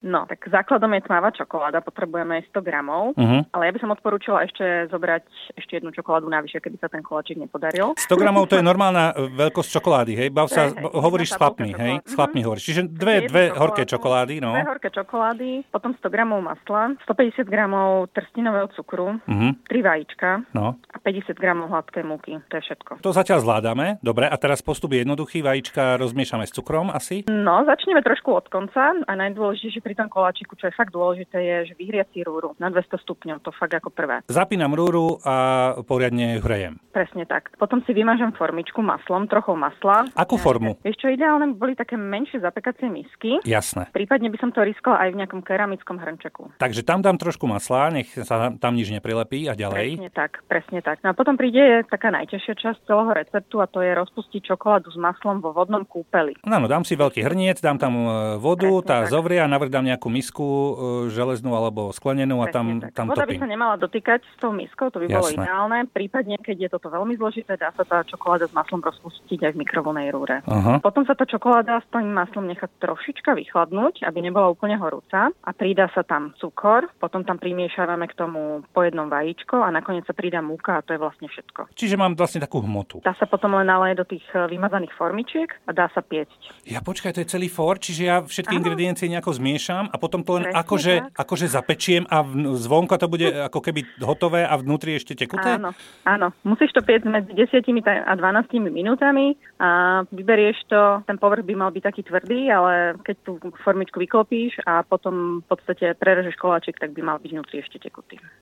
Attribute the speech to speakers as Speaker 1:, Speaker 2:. Speaker 1: No, tak základom je tmavá čokoláda, potrebujeme 100 gramov,
Speaker 2: Mhm.
Speaker 1: ale ja by som odporúčila ešte zobrať ešte jednu čokoládu navyše, keby sa ten koláčik nepodaril.
Speaker 2: 100 gramov to je normálna e, veľkosť čokolády, hej? Bav sa,
Speaker 1: Hej, hej,
Speaker 2: hovoríš s
Speaker 1: jedna
Speaker 2: chlapmi,
Speaker 1: tabulka
Speaker 2: hej?
Speaker 1: čokolády.
Speaker 2: S chlapmi
Speaker 1: Mhm.
Speaker 2: hovoríš. Čiže
Speaker 1: Takže
Speaker 2: dve,
Speaker 1: jednu
Speaker 2: dve
Speaker 1: čokoládu,
Speaker 2: horké čokolády, no.
Speaker 1: Dve horké čokolády, potom 100 gramov masla, 150 gramov trstinového cukru,
Speaker 2: Mhm,
Speaker 1: 3 vajíčka
Speaker 2: no.
Speaker 1: a 50 gramov hladkej múky. To je všetko.
Speaker 2: To zatiaľ zvládame, dobre. A teraz postup je jednoduchý, vajíčka rozmiešame s cukrom asi.
Speaker 1: No, začneme trošku od konca a najdôležitejšie pri tom koláčiku, čo je fakt dôležité, je, že vyhriať si rúru na 200 stupňov, to fakt ako prvé.
Speaker 2: Zapínam rúru a poriadne ju hrejem.
Speaker 1: Presne tak. Potom si vymažem formičku maslom, trochou masla.
Speaker 2: Akú formu?
Speaker 1: Vieš čo, ideálne by boli také menšie zapekacie misky.
Speaker 2: Jasné.
Speaker 1: Prípadne by som to riskala aj v nejakom keramickom hrnčeku.
Speaker 2: Takže tam dám trošku masla, nech sa tam nič neprilepí a ďalej.
Speaker 1: Presne tak, presne tak. No a potom príde taká najťažšia časť celého receptu a to je rozpustiť čokoládu s maslom vo vodnom kúpeli.
Speaker 2: No, Áno, dám si veľký hrniec, dám tam e, vodu,
Speaker 1: Presne
Speaker 2: tá
Speaker 1: tak.
Speaker 2: zovrie a navrh dám nejakú misku e, železnú alebo sklenenú No
Speaker 1: Presne
Speaker 2: a tam,
Speaker 1: tak.
Speaker 2: tam
Speaker 1: Voda by
Speaker 2: topím.
Speaker 1: sa nemala dotýkať s tou miskou, to by bolo
Speaker 2: Jasné.
Speaker 1: ideálne. Prípadne, keď je toto veľmi zložité, dá sa tá čokoláda s maslom rozpustiť aj v mikrovlnej rúre.
Speaker 2: Aha.
Speaker 1: Potom sa tá čokoláda s tým maslom nechá trošička vychladnúť, aby nebola úplne horúca a pridá sa tam cukor, potom tam primiešávame k tomu po jednom vajíčko a nakoniec sa pridá múka a to je vlastne všetko.
Speaker 2: Čiže mám vlastne takú hmotu.
Speaker 1: Dá sa potom len naleje do tých e, vymazaných formičiek a dá sa piecť.
Speaker 2: Ja počkaj, to je celý for, čiže ja všetky
Speaker 1: Áno.
Speaker 2: ingrediencie nejako zmiešam a potom to len
Speaker 1: Presne
Speaker 2: akože,
Speaker 1: tak.
Speaker 2: akože zapečiem a vn- zvonka to bude ako keby hotové a vnútri ešte tekuté?
Speaker 1: Áno, áno. Musíš to piecť medzi 10 ta- a 12 minútami a vyberieš to, ten povrch by mal byť taký tvrdý, ale keď tú formičku vyklopíš a potom v podstate prerežeš koláčik, tak by mal byť vnútri ešte tekutý.